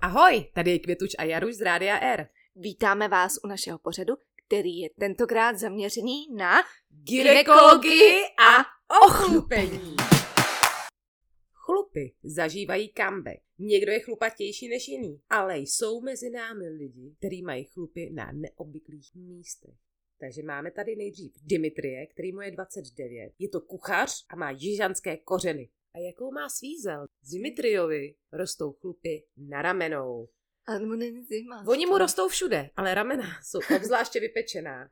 Ahoj, tady je Květuč a Jaruš z Rádia R. Vítáme vás u našeho pořadu, který je tentokrát zaměřený na... Gynekologii a ochlupení. Chlupy zažívají comeback. Někdo je chlupatější než jiný, ale jsou mezi námi lidi, kteří mají chlupy na neobvyklých místech. Takže máme tady nejdřív Dimitrie, který mu je 29. Je to kuchař a má jižanské kořeny. A jakou má svízel? Dimitriovi rostou chlupy na ramenou. A mu není zima. Oni mu rostou všude, ale ramena jsou obzvláště No, vypečená.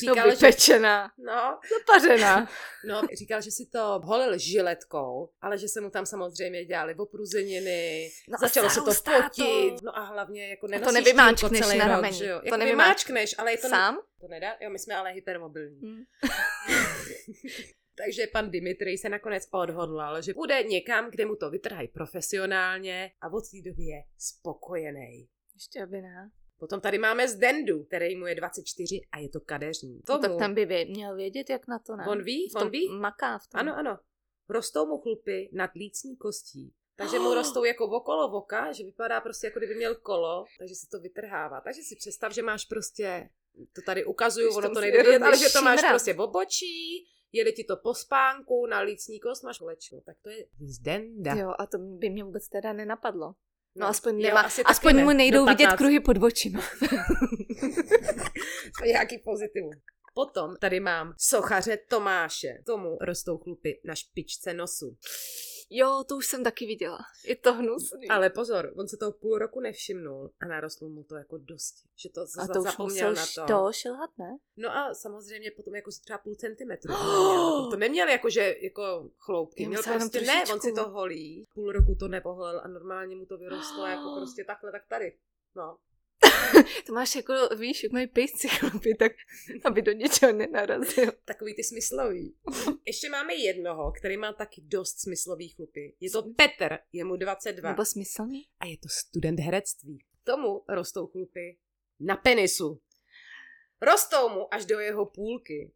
Říkala, Říkal, že... vypečená, No, zapařená. no, říkal, že si to holil žiletkou, ale že se mu tam samozřejmě dělali opruzeniny, No a začalo se to zarůstá fotit, no a hlavně jako to nenosíš nevymáčkneš tílko celý na rok, rameni. že jo? To Jako nevymáč- nevymáčkneš, ale je to... To Sám? To nedá? Jo, my jsme ale hypermobilní. Hm. Takže pan Dimitri se nakonec odhodlal, že bude někam, kde mu to vytrhají profesionálně a od té doby je spokojený. Ještě aby ne. Potom tady máme Zdendu, který mu je 24 a je to kadeřní. No, tak Tomu- tam by vě- měl vědět, jak na to ne. On ví, V on tom ví. Maká v tom. Ano, ano. Rostou mu chlupy nad lícní kostí. Takže mu rostou jako okolo voka, že vypadá prostě jako kdyby měl kolo, takže se to vytrhává. Takže si představ, že máš prostě, to tady ukazuju, Už ono to to musí nejde vidět, rovně ale že to máš šimrat. prostě v obočí, jede ti to po spánku, na lícní kost máš kolečku. Tak to je zdenda. Jo, a to by mě vůbec teda nenapadlo. No, No, aspoň, jo, nemá, asi taky aspoň ne. mu Do nejdou vidět 15. kruhy pod očima. Nějaký pozitivum. Potom tady mám sochaře Tomáše. Tomu rostou chlupy na špičce nosu. Jo, to už jsem taky viděla. Je to hnusný. Ale pozor, on se toho půl roku nevšimnul a narostlo mu to jako dost, že to za- a to už zapomněl musel na to. to šilhat, ne? No a samozřejmě potom jako si třeba půl centimetru. Oh! Oh! To neměl jako, že jako chloupky, Já měl myslela jenom prostě ne, on trošičku. si to holí. Půl roku to nepoholil a normálně mu to vyrostlo Oh! jako prostě takhle, tak tady. No. To máš jako, víš, jak mají pejsci chlapy, tak aby do něčeho nenarazil. Takový ty smyslový. Ještě máme jednoho, který má taky dost smyslový chlupy. Je to Petr, je mu 22. Nebo smyslný? A je to student herectví. Tomu rostou chlupy na penisu. Rostou mu až do jeho půlky.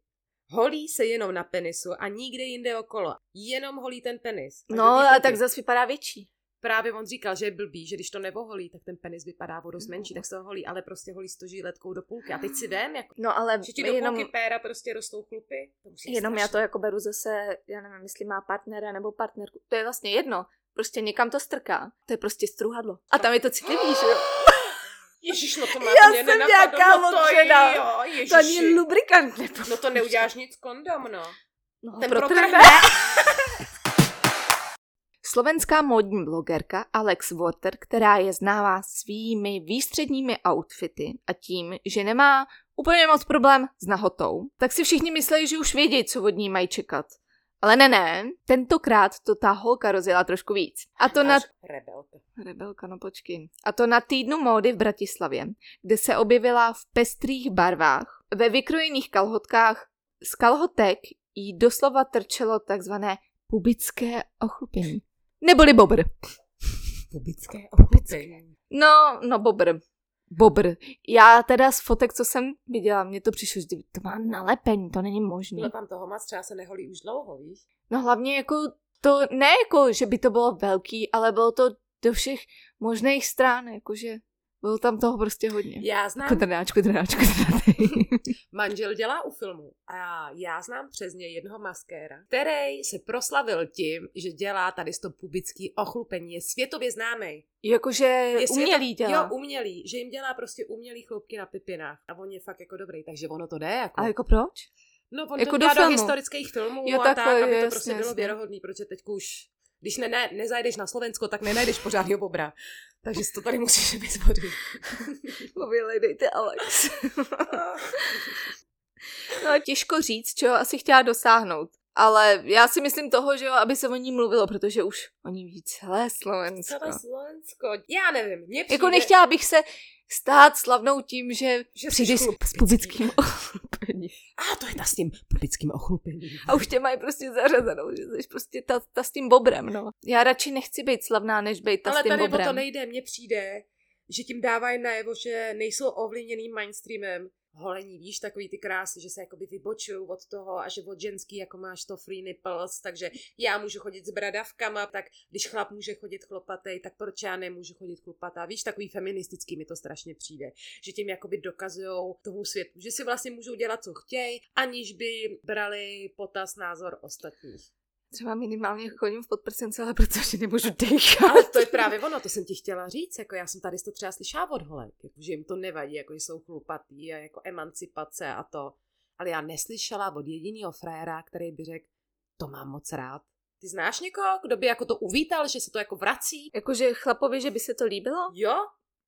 Holí se jenom na penisu a nikde jinde okolo. Jenom holí ten penis. No, do té a půlky. tak zase vypadá větší. Právě on říkal, že je blbý, že když to nevoholí, tak ten penis vypadá o dost No, menší, tak se ho holí, ale prostě holí s to žiletkou do půlky. A teď si vem, jako, No ale že ti do jenom, půlky péra prostě rostou chlupy. To musí být jenom já to strašný. jako beru zase, já nevím, jestli má partnera nebo partnerku. To je vlastně jedno. Prostě někam to strká. To je prostě struhadlo. A tam je to citlivý, že jo? Ježiš, no to má Já mě jsem nenapadlo, nějaká no to lotřena. jo, To ani ježiši. lubrikant nepo... No to neuděláš nic kondom, no. No, Ten proto protrhne. ne. Slovenská módní blogerka Alex Water, která je známá svými výstředními outfity a tím, že nemá úplně moc problém s nahotou, tak si všichni myslí, že už vědí, co od ní mají čekat. Ale ne, ne, tentokrát to ta holka rozjela trošku víc. A to na... Až Rebelka. Rebelka, no počkej. A to na týdnu módy v Bratislavě, kde se objevila v pestrých barvách, ve vykrojených kalhotkách. Z kalhotek jí doslova trčelo takzvané pubické ochlupení. Neboli bobr. Pubické ochlupení. No, no bobr. Bobr. Já teda z fotek, co jsem viděla, mně to přišlo, že to má nalepení, to není možné. No tam toho moc třeba se neholí už dlouho, víš? No hlavně jako to, ne jako, že by to bylo velký, ale bylo to do všech možných stran, jakože bylo tam toho prostě hodně. Já znám, Kotrnáč, kotrnáč, kotrnáč. manžel dělá u filmu a já znám přes něj jednoho maskéra, který se proslavil tím, že dělá tady to pubický ochlupení, je světově známý. Jakože umělý to, dělá. Jo, umělý, že jim dělá prostě umělý chloupky na pipinách a on je fakt jako dobrý, takže ono to jde jako. A jako proč? No, on Jako to do dělá do, filmu. historických filmů Jo, a tak, takhle, aby to jasně, prostě bylo jasně. věrohodný, protože teď už, když ne, ne, nezajdeš na Slovensko, tak nenajdeš pořádného bobra. Takže si to tady musíš vytvořit. Vylejdejte Alex. no těžko říct, čeho asi chtěla dosáhnout. Ale já si myslím toho, že jo, aby se o ní mluvilo, protože už o ní ví celé Slovensko. Celé Slovensko. Já nevím, mě přijde, Jako nechtěla bych se stát slavnou tím, že že přijdeš jsi chlup- s pubickým ochlupení. A to je ta s tím pubickým ochlupením. A už tě mají prostě zařazenou, že jsi prostě ta, ta s tím bobrem, no. Já radši nechci být slavná, než být ta Ale s tím tady o bobrem. to nejde, mně přijde, že tím dávají najevo, že nejsou ovlivněný mainstreamem, holení, víš, takový ty krásy, že se jakoby vybočují od toho a že od ženský jako máš to free nipples, takže já můžu chodit s bradavkama, tak když chlap může chodit chlopatej, tak proč já nemůžu chodit chlopatá, víš, takový feministický mi to strašně přijde, že tím jakoby dokazujou tomu světu, že si vlastně můžou dělat, co chtějí, aniž by brali potaz názor ostatních. Třeba minimálně chodím v podprsenci, ale protože nemůžu dýchat. Ale to je právě ono, to jsem ti chtěla říct. Jako já jsem tady to třeba slyšela od holek, jako, že jim to nevadí, jako že jsou chlupatý a jako emancipace a to. Ale já neslyšela od jedinýho frajera, který by řekl, to mám moc rád. Ty znáš někoho, kdo by jako to uvítal, že se to jako vrací? Jakože chlapovi, že by se to líbilo? Jo,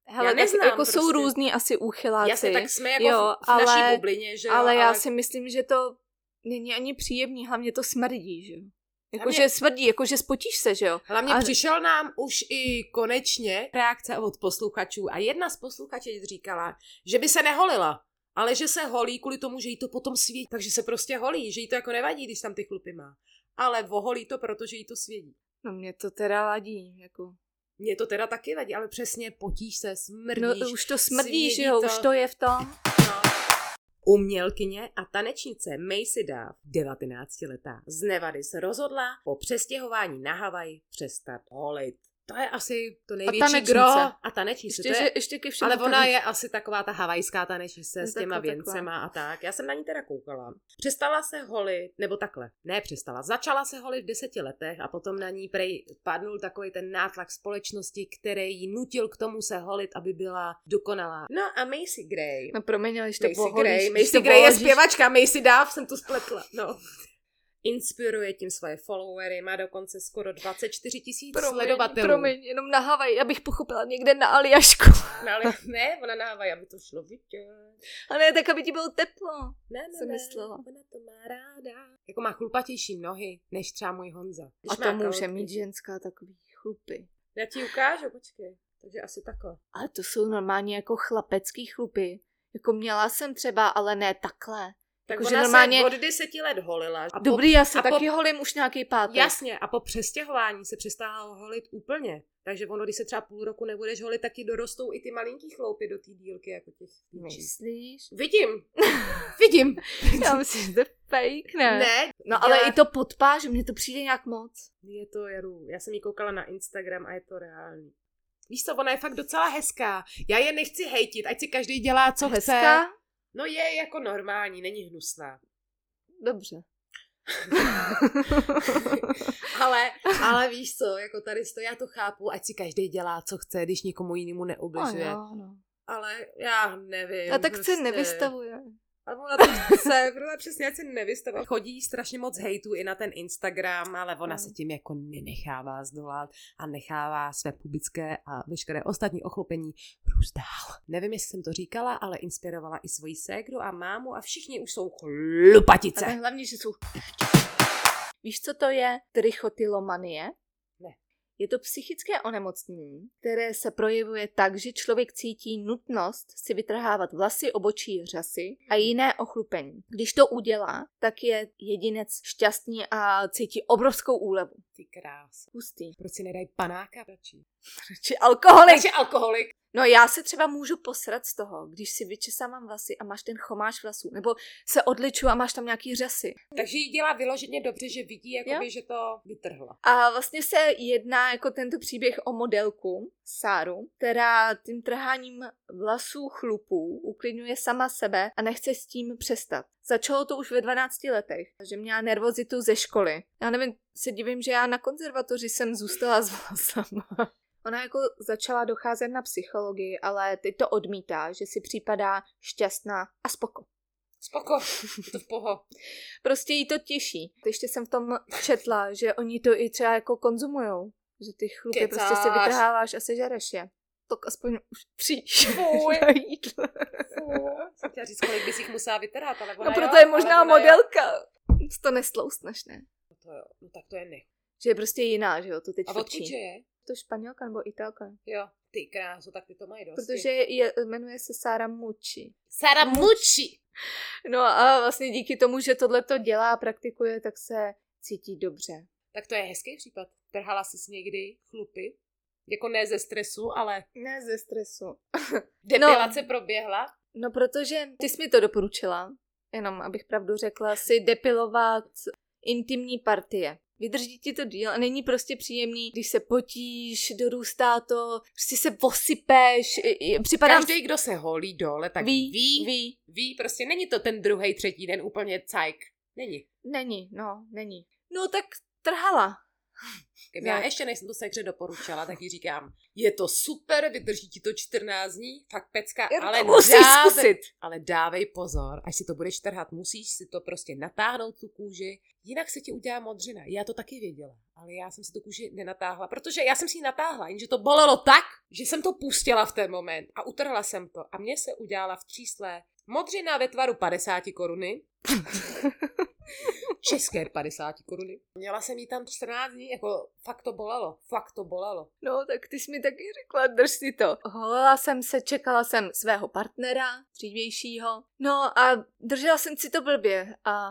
Hele, Já tak neznám jako jsou prostě. různí asi úchyláci. jasně, tak jsme jako Jo, jo, v, v ale, ale- naší bublině, že jo, ale já si myslím, že to není ani příjemný, hlavně to smrdí, že jo. Jakože Hlavně- smrdí, jakože spotíš se, že jo. Hlavně A- a... přišel nám už i konečně reakce od posluchačů a jedna z posluchaček říkala, že by se neholila, ale že se holí kvůli tomu, že jí to potom svítí, takže se prostě holí, že jí to jako nevadí, když tam ty chlupy má. Ale voholí to, protože jí to svědí. No mě to teda ladí, jako. Mně to teda taky vadí, ale přesně potíš se, smrdíš. No už to smrdí, svědí že jo, to. už to je v tom. Umělkyně a tanečnice Macy Duff, 19-letá z Nevady, se rozhodla po přestěhování na Havaj přestat holit. To je asi to největší tanečnice. gro. A tanečnice. Ještě, to že, je, ještě ke všemu ale ona tady- je asi taková ta havajská tanečnice s Takhle, těma takhle. věncema a tak. Já jsem na ní teda koukala. Přestala se holit, nebo takhle, ne přestala, začala se holit v deseti letech a potom na ní prej padnul takový ten nátlak společnosti, který ji nutil k tomu se holit, aby byla dokonalá. No a Macy Gray. No promiň, ale když to Macy poholíš, Gray, když Macy to Gray je pohoříš- zpěvačka, Macy Duff, jsem to spletla, no. Inspiruje tím svoje followery, má dokonce skoro 24 tisíc sledovatelů. promiň, jenom na Havaj, abych pochopila někde na Aljašku. No, ale ne, ona na Havaj, aby to šlo vidět. A ne, tak aby ti bylo teplo. Ne, ne, jsem ne, myslela. Ona to má ráda. Jako má chlupatější nohy, než třeba můj Honza. A Když má to může kalhotky. mít ženská takový chlupy. Já ti ukážu, počkej. Takže asi takhle. Ale to jsou normálně jako chlapecký chlupy. Jako měla jsem třeba, ale ne takhle. Tak Jakože ona normálně... normálně- se od deseti let holila. A Dobrý, já a se po- taky holím už nějaký Po, pátek. jasně, a po přestěhování se přestala holit úplně. Takže ono, když se třeba půl roku nebudeš holit, tak ti dorostou i ty malinký chloupy do té dílky, jako těch No. píčí. Myslíš? Vidím, vidím. Já myslím, že to je fake, ne? ne, No ale Já- i to podpá, že mně to přijde nějak moc. Je to jaru. Já jsem ji koukala na Instagram a je to reálný. Víš co, ona je fakt docela hezká. Já je nechci hejtit, ať si každý dělá, co chce. Hezká? No je jako normální, není hnusná. Dobře. Ale, ale víš co, jako tady to já to chápu, ať si každý dělá, co chce, když nikomu jinému neubližuje. No, jo, no. Ale já nevím. prostě- A tak se nevystavuje. Ale ona to chce, protože přesně ať se nevystavuje. Chodí strašně moc hejtu i na ten Instagram, ale ona No. se tím jako nenechává zdolat a nechává své publické a veškeré ostatní ochlupení růst dál. Nevím, jestli jsem to říkala, ale inspirovala i svoji ségru a mámu a všichni už jsou chlupatice. A tak hlavně, že jsou... Víš, co to je trichotylomanie? Ne. Je to psychické onemocnění, které se projevuje tak, že člověk cítí nutnost si vytrhávat vlasy, obočí, řasy a jiné ochlupení. Když to udělá, tak je jedinec šťastný a cítí obrovskou úlevu. Ty krásy. Hustý. Proč si nedají panáka radši? Či alkoholik. Takže alkoholik. No já se třeba můžu posrat z toho, když si vyčesávám vlasy a máš ten chomáš vlasů, nebo se odliču a máš tam nějaký řasy. Takže jí dělá vyloženě dobře, že vidí, jakoby, že to vytrhla. A vlastně se jedná jako tento příběh o modelku Sáru, která tím trháním vlasů chlupů uklidňuje sama sebe a nechce s tím přestat. Začalo to už ve 12 letech, že měla nervozitu ze školy. Já nevím, se divím, že já na konzervatoři jsem zůstala s vlasama. Ona jako začala docházet na psychologii, ale teď to odmítá, že si připadá šťastná a spoko Spoko, je to v poho. prostě jí to těší. Ještě jsem v tom četla, že oni to i třeba jako konzumujou. Že ty chlupy Kecáš. prostě si vytrháváš a sežereš je. Tak aspoň už přijdeš Fuj. na jídlo. Jsem chtěla říct, kolik bys jich musela vytrhat, ale ona No proto jo, je ale možná ona jo. modelka. To nestloustneš, ne? To jo, no tak to je nech. Že je prostě jiná, že jo, to teď A odkud Prostě. že frčí. je? To španělka nebo italka. Jo, ty krásu, tak ty to mají dost. Protože je, jmenuje se Sara Mucci. Sara mučí. No a vlastně díky tomu, že tohle to dělá a praktikuje, tak se cítí dobře. Tak to je hezký případ. Trhala jsi někdy chlupy? No. Jako ne ze stresu, ale Ne ze stresu. depilace proběhla. No protože ty jsi mi to doporučila, jenom abych pravdu řekla, si depilovat intimní partie. Vydrží ti to díl a není prostě příjemný, když se potíš, dorůstá to, prostě se posypeš, i- i- připadá Každý, kdo se holí dole, tak ví, ví, ví, ví. ví prostě není to ten druhý, třetí den úplně cajk. Není. Není, no, není. No tak trhala. Kdyby já Ne. ještě než jsem to sekře doporučila, tak jí říkám, je to super, vydrží ti to 14 dní, fakt pecka, ale to musíš dávej, zkusit. ale dávej pozor, až si to budeš trhat, musíš si to prostě natáhnout tu kůži, jinak se ti udělá modřina. Já to taky věděla, ale já jsem si tu kůži nenatáhla, protože já jsem si ji natáhla, jenže to bolelo tak, že jsem to pustila v ten moment a utrhla jsem to a mně se udělala v čísle modřina ve tvaru 50 koruny, české 50 koruny. Měla jsem ji tam 14 dní, jako fakt to bolelo, fakt to bolelo. No, tak ty jsi mi taky řekla, drž si to. Holila jsem se, čekala jsem svého partnera, dřívějšího. No a držela jsem si to blbě a...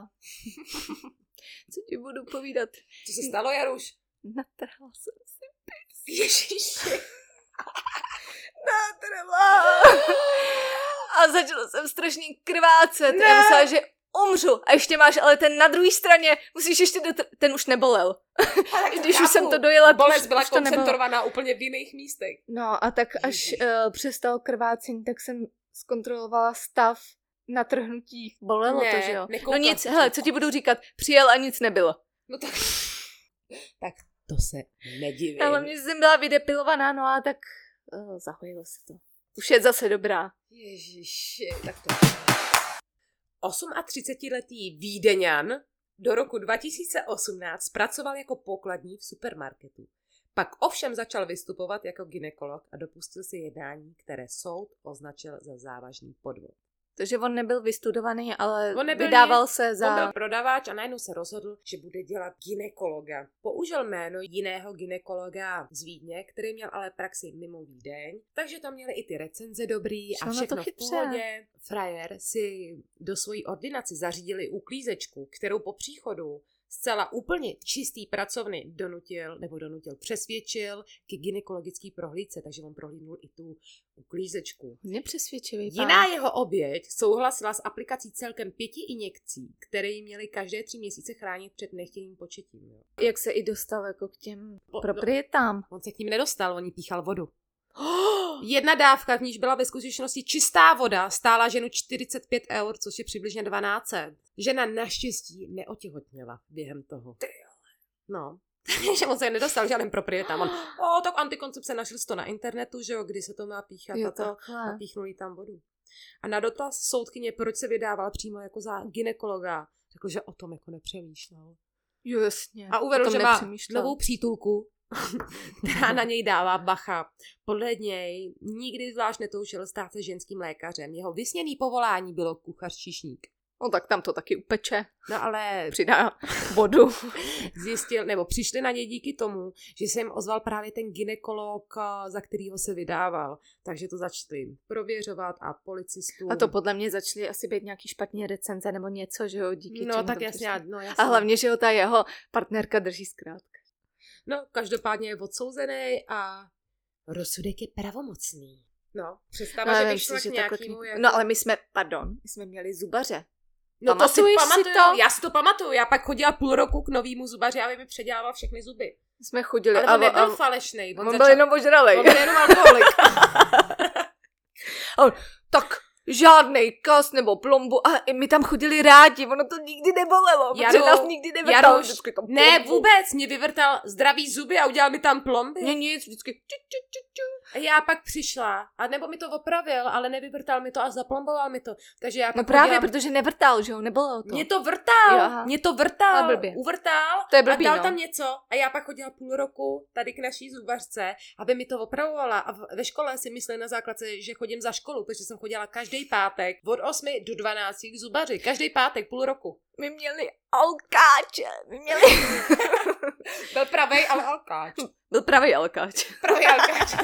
Co ti budu povídat? Co se stalo, Jaruš? Natrhla jsem si. Ježíši. Natrhla! A začala jsem strašně krvácet. Ne. Já myslela, že umřu. A ještě máš, ale ten na druhé straně, musíš ještě, dotr- ten už nebolel. I když už jsem to dojela, Bolest už, byla už to nebylo. koncentrovaná úplně v jiných místech. No a tak až Ježiš. uh, přestal krvácení, tak jsem zkontrolovala stav natrhnutí. Bolelo Ne, to, že jo? nekoukla No nic, jsi hele, to. co ti budu říkat, přijel a nic nebylo. No tak... tak to se nedivím. Ale mě jsem byla vydepilovaná, no a tak uh, zahojilo se to. Už je zase dobrá. Ježíši, tak to... 38-letý Vídeňan do roku 2018 pracoval jako pokladní v supermarketu. Pak ovšem začal vystupovat jako ginekolog a dopustil si jednání, které soud označil za závažný podvod. Takže on nebyl vystudovaný, ale On nebyl vydával se Za... On za... byl prodávač a najednou se rozhodl, že bude dělat ginekologa. Použil jméno jiného ginekologa z Vídně, který měl ale praxi mimo Vídeň, takže tam měli i ty recenze dobrý Šlo a na to všechno v chytře. pohodě. Frajer si do svojí ordinaci zařídili uklízečku, kterou po příchodu zcela úplně čistý pracovny donutil, nebo donutil, přesvědčil k ginekologický prohlídce, takže on prohlídnul i tu uklízečku. Nepřesvědčivý Jiná jeho oběť souhlasila s aplikací celkem pěti injekcí, které jí měly každé tři měsíce chránit před nechtěným početím. Jo. Jak se i dostal jako k těm Po- no, proprietám. On se k ním nedostal, on jí píchal vodu. Oh, Jedna dávka, v níž byla ve skutečnosti čistá voda, stála ženu 45 eur, což je přibližně 12. Žena naštěstí neotěhotněla během toho. No, takže on se nedostal žádným proprietám. On, o, tak antikoncepce našel jsi to na internetu, že jo, kdy se to má píchat a jo, to. takhle. a píchnuli tam vodu. A na dotaz soudkyně, proč se vydával přímo jako za ginekologa, řekl, že o tom jako nepřemýšlel. Jo, jasně. A uvedl, O tom že má nepřemýšlel. novou přítulku, která na něj dává bacha. Podle něj nikdy zvlášť netoušil stát se ženským lékařem. Jeho vysněný povolání bylo kuchař čišník. No tak tam to taky upeče. No ale Přidá vodu. zjistil, nebo přišli na ně díky tomu, že se jim ozval právě ten ginekolog, a, za kterýho se vydával. Takže to začali prověřovat a policistům. A to podle mě začaly asi být nějaký špatně recenze nebo něco, že jo, díky No čemu tak to jasně, přišlo. no jasně. A hlavně, že ho ta jeho partnerka drží zkrátka. No, každopádně je odsouzený a rozsudek je pravomocný. No, představa, ale že vím když šlo si, k že takhle nějakému... kni- Jako... No ale my jsme, pardon, my jsme měli zubaře. no to si pamatuješ si pamatuju, to? já si to pamatuju. Já pak chodila půl roku k novýmu zubaři, aby mi předělával všechny zuby. My jsme chodili. Ale on nebyl falešný. on byl jenom ožralej. on byl jenom alkoholik. Tak žádnej kas nebo plombu. A i my tam chodili rádi, ono to nikdy nebolelo, Jaro, protože nás nikdy nevrtalo. Jaroš, vždycky to ne, plombu. vůbec, mě vyvrtal zdravý zuby a udělal mi tam plomby. Ne, nic, vždycky. Ču, ču, ču, A ču. já pak přišla, a nebo mi to opravil, ale nevyvrtal mi to a zaplomboval mi to. Takže já No pak právě, chodila- protože nevrtal, že jo, nebylo to. Mě to vrtal, Jo, aha. mě to Ale vrtal, blbě. uvrtal To je blbý, a dal no. tam něco a já pak chodila půl roku tady k naší zubařce, aby mi to opravovala a v- ve škole si mysleli na základce, že chodím za školu, protože jsem chodila každý pátek od 8 do 12 k zubaři, každý pátek půl roku. My měli alkáče, my měli... Byl pravej, ale alkáč. Byl pravý alkáč. Pravej alkáč.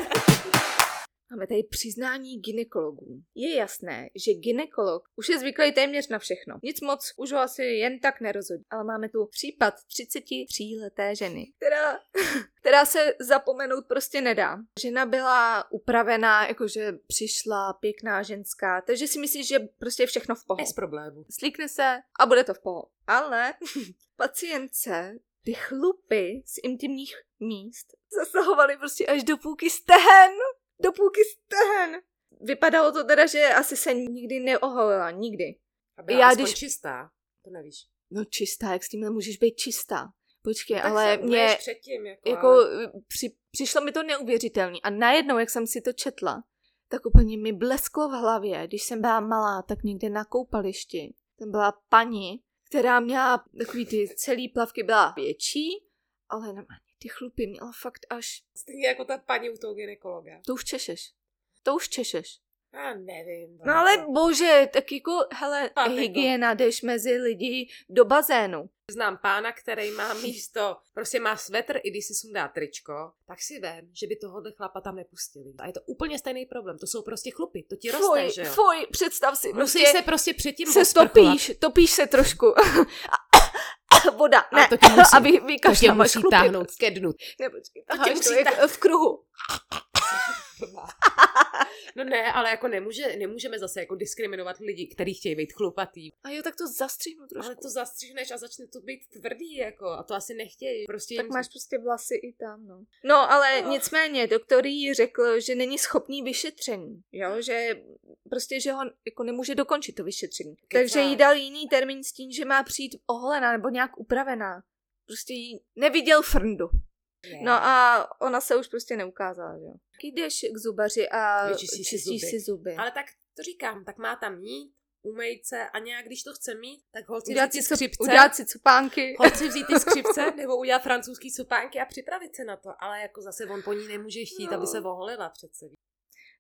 Máme tady přiznání ginekologů. Je jasné, že ginekolog už je zvyklý téměř na všechno. Nic moc už ho asi jen tak nerozhodí. Ale máme tu případ 33-leté ženy, která, která se zapomenout prostě nedá. Žena byla upravená, jakože přišla pěkná ženská, takže si myslí, že prostě je všechno v pohodě Bez problémů. slíkne se a bude to v pohodě. Ale pacientce ty chlupy z intimních míst zasahovaly prostě až do půlky stehen. Do půlky stehen. Vypadalo to teda, že asi se nikdy neoholila, nikdy. A byla Já Já když... když- čistá, to nevíš. No čistá, jak s tímhle můžeš být čistá? Počkej, Tak ale se umyješ mě předtím, jako, jako ale... při, přišlo mi to neuvěřitelný a najednou, jak jsem si to četla, tak úplně mi blesklo v hlavě, když jsem byla malá, tak někde na koupališti. Tam byla paní, která měla takový ty celý plavky, byla větší, ale normálně ty chlupy měla fakt až, Stejně jako ta paní u toho ginekologa. to už češeš, to už češeš. Já nevím. No Báro. ale bože, tak jako, hele, Chápu to. hygiena, jdeš mezi lidi do bazénu. Znám pána, který má místo, prostě má svetr, i když si sundá tričko, tak si vem, že by tohohle chlapa tam nepustili. A je to úplně stejný problém, to jsou prostě chlupy, to ti roste, Fuj, že jo? fuj, představ si, Musíš prostě- se prostě předtím se osprchovat. topíš, topíš se trošku. A- Voda, A ne. to tě musí. a vy, To vykaš tě tam musí chlupy. táhnout ke dnu. Ne, počkej, To tě taháš musí to jak v kruhu. No ne, ale jako nemůže, nemůžeme zase jako diskriminovat lidi, kteří chtějí být chlupatý. A jo, tak to zastřihnu trošku. Ale to zastřihneš a začne to být tvrdý, jako, a to asi nechtějí. Prostě tak jim- máš prostě vlasy i tam, no. No, ale Oh. nicméně, doktor jí řekl, že není schopný vyšetření, jo, že prostě, že ho jako nemůže dokončit to vyšetření. Takže jí dal jiný termín s tím, že má přijít oholená nebo nějak upravená. Prostě jí neviděl frndu. Ne. No a ona se už prostě neukázala, jo. Jdeš k zubaři a Vyčistíš si čistíš, si, zuby. zuby. si zuby. Ale tak to říkám, tak má tam jít, umejt se a nějak, když to chce mít, tak holci udělat, vzít si ty skřipce. skřipce, udělat si cupánky. holci vzít ty skřipce nebo udělat francouzský cupánky a připravit se na to. Ale jako zase on po ní nemůže chtít, No. aby se oholila přece.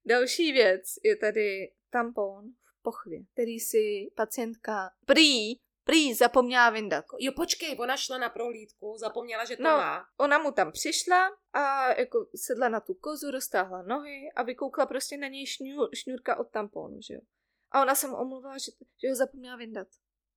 Další věc je tady tampon v pochvě, který si pacientka prý, prý zapomněla vyndat. Jo, počkej, ona šla na prohlídku, zapomněla, že to No. má. Ona mu tam přišla a jako sedla na tu kozu, roztáhla nohy a vykoukla prostě na něj šňůr, šňůrka od tamponu, že jo. A ona se mu omluvila, že, že ho zapomněla vyndat.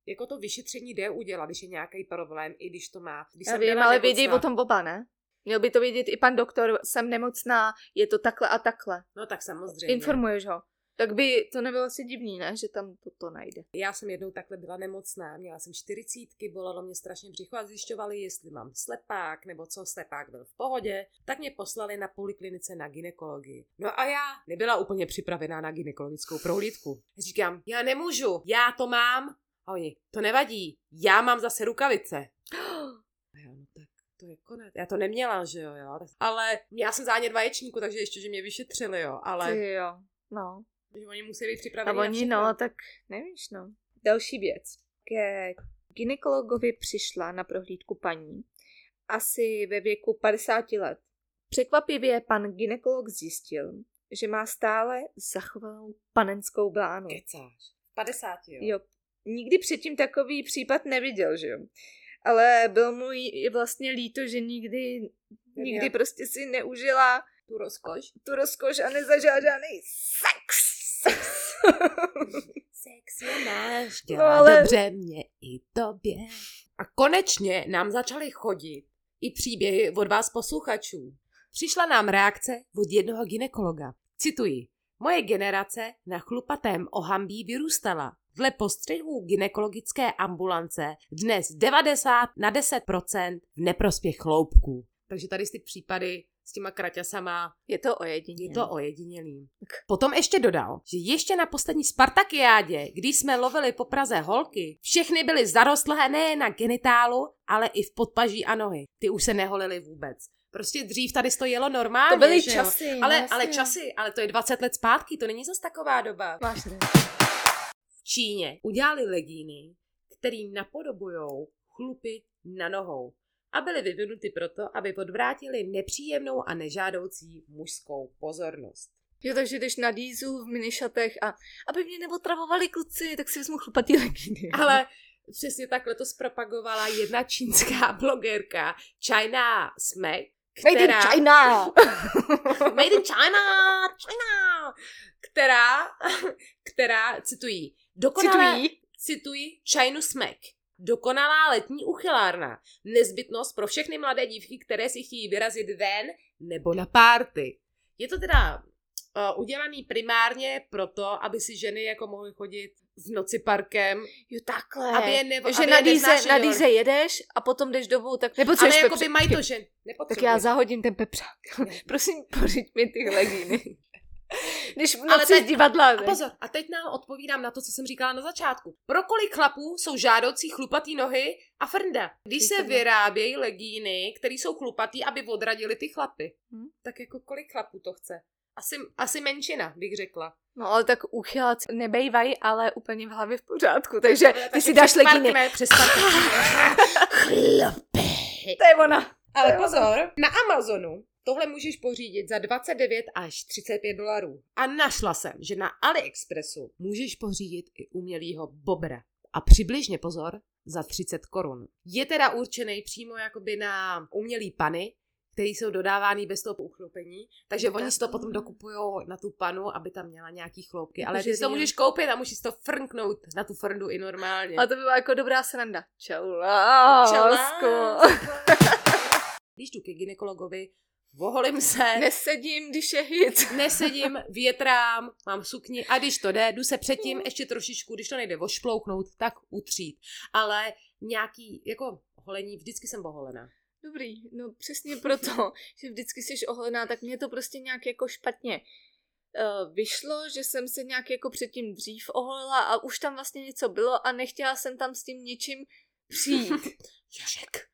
Jako to vyšetření jde udělat, když je nějaký problém, i když to má. Když Já jsem vím, byla ale nemocná- vědí o tom oba, ne? Měl by to vědět i pan doktor, jsem nemocná, je to takhle a takhle. No tak samozřejmě. Informuješ ho. Tak by to nebylo asi divný, ne? Že tam to, to najde. Já jsem jednou takhle byla nemocná, měla jsem čtyřicítky, bolelo mě strašně břicho a zjišťovali, jestli mám slepák nebo co, slepák byl v pohodě, tak mě poslali na poliklinice na ginekologii. No a já nebyla úplně připravená na ginekologickou prohlídku. Říkám, já nemůžu, já to mám. A oni, to nevadí, já mám zase rukavice. A já, no tak to je konec. Já to neměla, že jo, jo. Ale já jsem zánět vaječníku, takže ještě, že mě vyšetřili, jo. Ale Ty jo, no. že oni musí být připraveni A na oni, všechno. no, tak nevíš, no. Další věc. Ke ginekologovi přišla na prohlídku paní, asi ve věku 50 let. Překvapivě pan ginekolog zjistil, že má stále zachovanou panenskou blánu. Kecáš. 50, jo. Jo. Nikdy předtím takový případ neviděl, že jo. Ale byl mu jí- vlastně líto, že nikdy, nikdy Neměla. prostě si neužila Tu rozkoš. tu rozkoš a nezažila žádný sex. Sex je náš, No, ale- dobře mě i tobě. A konečně nám začaly chodit i příběhy od vás posluchačů. Přišla nám reakce od jednoho ginekologa. Cituji. Moje generace na chlupatém ohambí vyrůstala. Dle postřehů ginekologické ambulance dnes 90 na 10% v neprospěch chloupků. Takže tady ty případy s těma kraťasama Je to ojedinělé. je to ojedinělý. Potom ještě dodal, že ještě na poslední Spartakiádě, kdy jsme lovili po Praze holky, všechny byly zarostlé nejen na genitálu, ale i v podpaží a nohy. Ty už se neholily vůbec. Prostě dřív tady to jelo normálně. To byly že jo? časy. no, Ale, jasně. ale časy, ale to je 20 let zpátky, to není zas taková doba. Máš to. V Číně udělali legíny, který napodobujou chlupy na nohou a byly vyvinuty proto, aby odvrátili nepříjemnou a nežádoucí mužskou pozornost. Jo, takže jdeš na dýzu v minišatech a aby mě neotravovali kluci, tak si vezmu chlupatý legíny. Ale přesně takhle to zpropagovala jedna čínská blogerka, China Smek, Made in která... China! Made in China! China! Která, která, citují, dokonalé, Cituji. cituji Chinu Smack. Dokonalá letní uchylárna. Nezbytnost pro všechny mladé dívky, které si chtějí vyrazit ven nebo na párty. Je to teda uh, udělaný primárně proto, aby si ženy jako mohly chodit v noci parkem, Jo, takhle. aby je nebo, že aby na je dýze, na nevznášeli dýze jedeš a potom jdeš domů, tak Ale nepotřebuješ jako by pepř- mají to ženy. Tak já zahodím ten pepřák. Prosím, pořiď mi ty legíny. Když v noci teď- z divadla. A ne? pozor, a teď nám odpovídám na to, co jsem říkala na začátku. Pro kolik chlapů jsou žádoucí chlupatý nohy a frnda? Když se Přesně. vyrábějí legíny, které jsou chlupatý, aby odradili ty chlapy. Hm. Tak jako kolik chlapů to chce? Asi, asi menšina, bych řekla. No ale tak uchylaci nebejvají, ale úplně v hlavě v pořádku, takže Ale ty taky si dáš přes legíny. parkne, přes parkne. Chlapy. To je ona. Ale pozor, na Amazonu tohle můžeš pořídit za 29 až 35 dolarů. A našla jsem, že na AliExpressu můžeš pořídit i umělýho bobra. A přibližně pozor, za 30 korun. Je teda určený přímo jakoby na umělý pany, který jsou dodávány bez toho uchlopení, takže oni si to potom dokupují na tu panu, aby tam měla nějaký chloupky. Ale Jakože ty si to vím. můžeš koupit a můžeš si to frnknout na tu frndu i normálně. A to by byla jako dobrá sranda. Čau, Čau, lásku. Když jdu ke ginekologovi, voholím se, Nesedím, když je hit. nesedím, větrám, mám sukni a když to jde, jdu se předtím ještě trošičku, když to nejde ošplouknout, tak utřít. Ale nějaký, jako holení, vždycky jsem oholena. Dobrý, no přesně proto, že vždycky jsi ohlená, tak mě to prostě nějak jako špatně eh, vyšlo, že jsem se nějak jako předtím dřív oholila a už tam vlastně něco bylo a nechtěla jsem tam s tím ničím přijít. Ježek.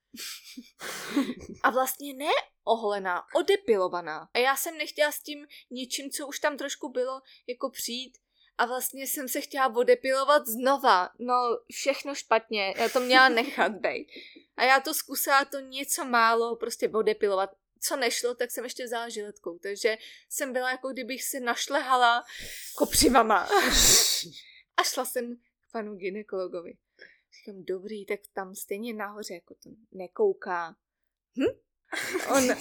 A vlastně ne oholená, odepilovaná. A já jsem nechtěla s tím ničím, co už tam trošku bylo, jako přijít. A vlastně jsem se chtěla odepilovat znova. No, všechno špatně. Já to měla nechat být. A já to zkusila to něco málo prostě odepilovat. Co nešlo, tak jsem ještě vzala žiletkou. Takže jsem byla jako kdybych se našlehala kopřivama. A šla jsem k panu ginekologovi. Říkám, dobrý, tak tam stejně nahoře jako to nekouká. Hm? On, on,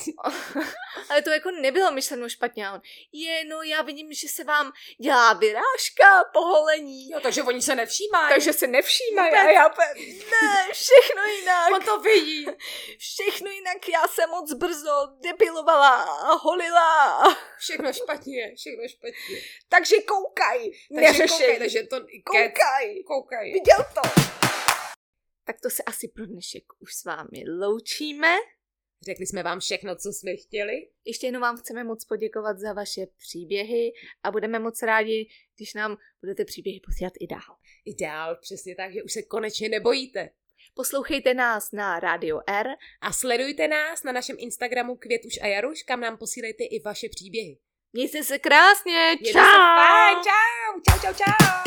ale to jako nebylo myšleno špatně. a On, je, no já vidím, že se vám dělá vyrážka poholení. Jo, No, takže oni se nevšímají. Takže se nevšímají a já pe- ne, všechno jinak, On to vidí. všechno jinak, já jsem moc brzo depilovala a holila, Všechno špatně, všechno špatně. takže koukaj, Takže neřešej, koukej, takže to koukaj. koukaj. Viděl to! Tak to se asi pro dnešek už s vámi loučíme. Řekli jsme vám všechno, co jsme chtěli. Ještě jenom vám chceme moc poděkovat za vaše příběhy a budeme moc rádi, když nám budete příběhy posílat i dál. I dál, přesně tak, že už se konečně nebojíte. Poslouchejte nás na Radio R. A sledujte nás na našem Instagramu Květuš a Jaruš, kam nám posílejte i vaše příběhy. Mějte se krásně! Mějte se Čau! fajn, čau, čau, čau, čau.